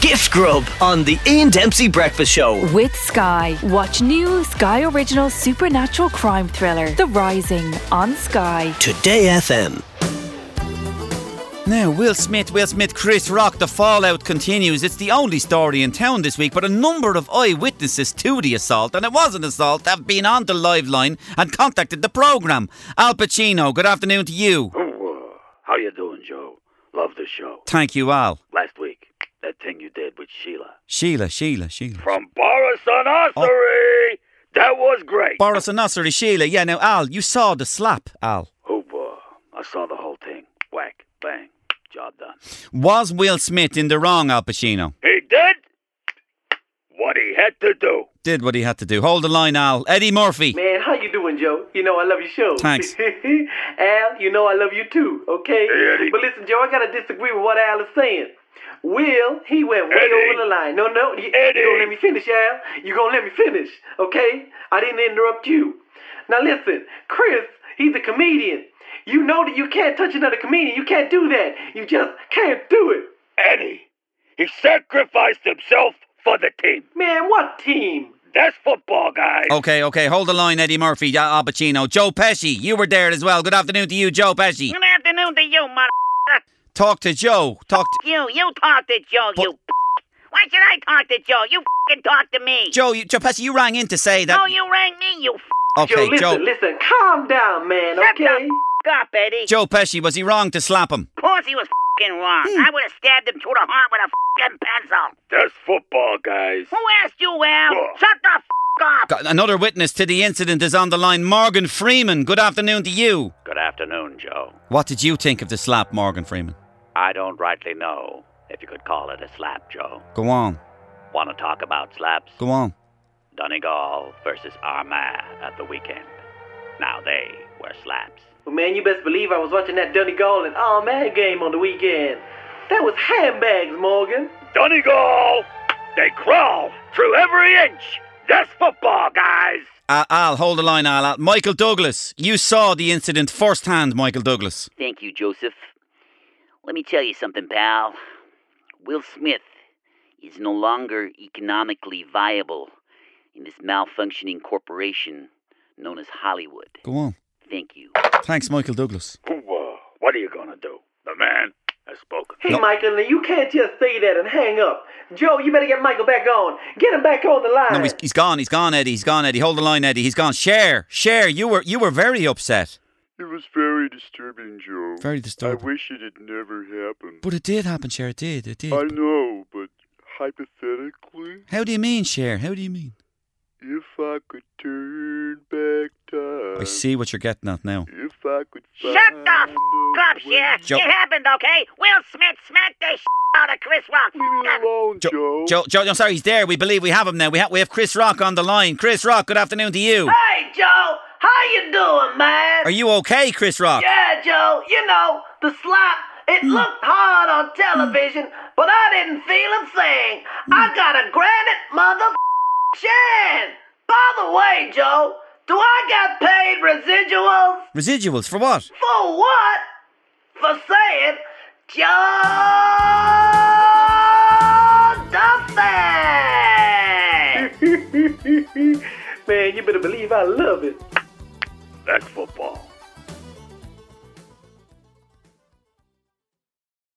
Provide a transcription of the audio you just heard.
Gift Grub on the Ian Dempsey Breakfast Show. With Sky, watch new Sky Original supernatural crime thriller, The Rising, on Sky. Today FM. Now, Will Smith, Will Smith, Chris Rock, the fallout continues. It's the only story in town this week, but a number of eyewitnesses to the assault, and it was an assault, have been on the live line and contacted the programme. Al Pacino, good afternoon to you. Ooh, uh, how you doing, Joe? Love the show. Thank you, Al. Last week, that thing you did with Sheila Sheila, Sheila, Sheila. from Boris and Ossery. That was great. Boris and Nassery, Sheila. Yeah, now, Al, you saw the slap, Al. Ooh, uh, I saw the whole thing. Whack, bang, job done. Was Will Smith in the wrong, Al Pacino? He did what he had to do. Did what he had to do. Hold the line, Al. Eddie Murphy. Man, how you doing, Joe? You know I love your show. Thanks. Al, you know I love you too, okay? Eddie. But listen, Joe, I gotta disagree with what Al is saying. Will, he went way Eddie. over the line. No, no, you, Eddie. you gonna let me finish, Al. You gonna let me finish, okay? I didn't interrupt you. Now listen, Chris, he's a comedian. You know that you can't touch another comedian. You can't do that. You just can't do it. Eddie, he sacrificed himself for the team. Man, what team? That's football, guys. Oh. Okay, okay, hold the line, Eddie Murphy, yeah, Al Pacino. Joe Pesci, you were there as well. Good afternoon to you, Joe Pesci. Good afternoon to you, mother. Talk to Joe. Talk to You, you talk to Joe, you. Why should I talk to Joe? You fing talk to me. Joe. You, Joe Pesci, you rang in to say that. No, you rang me, you. okay, Joe, listen, listen, calm down, man, Shut the okay? f- up, Eddie. Joe Pesci, was he wrong to slap him? Of course he was fing wrong. I would have stabbed him through the heart with a fing pencil. That's football, guys. Who asked you, Al? Whoa. Oh, Shut the f- up. Got another witness to the incident is on the line. Morgan Freeman. Good afternoon to you. Good afternoon, Joe. What did you think of the slap, Morgan Freeman? I don't rightly know if you could call it a slap, Joe. Go on, Want to talk about slaps? go on. Donegal versus Armagh at the weekend. Now they were slaps. Well, man, you best believe I was watching that Donegal and All Man game on the weekend. That was handbags, Morgan. Donegal! They crawl through every inch! That's football, guys! Uh, Al, hold the line, Al, Al. Michael Douglas, you saw the incident firsthand, Michael Douglas. Thank you, Joseph. Let me tell you something, pal. Will Smith is no longer economically viable in this malfunctioning corporation known as Hollywood. Go on. Thank you. Thanks, Michael Douglas. Whoa, what are you gonna do? The man has spoken. Hey, Michael, now you can't just say that and hang up. Joe, you better get Michael back on. Get him back on the line. No, he's, he's gone. He's gone, Eddie. He's gone, Eddie. Hold the line, Eddie. He's gone. Share, share. You were you were very upset. It was very disturbing, Joe. I Very Uh, disturbing. wish it had never happened. But it did happen, Cher. It did. It did. I know, but hypothetically, How do you mean, Cher? How do you mean? if I could turn back time, Uh, I see what you're getting at now. If I could find Shut the a f- up, way- yeah. Joe- It happened, okay? Will Smith smacked the sh- out of Chris Rock. Leave me alone, Joe, Joe. Joe, Joe, I'm sorry, he's there. We believe we have him now. We have we have Chris Rock on the line. Chris Rock, good afternoon to you. Hey, Joe, how you doing, man? Are you okay, Chris Rock? yeah, Joe, you know, the slap, it Hmm. looked hard on television, but I didn't feel a thing. I Hmm. got a granite mother chin. By the way, Joe, do I got paid residuals? Residuals for what? For what? For saying John Duffy! Man, you better believe I love it. That's football.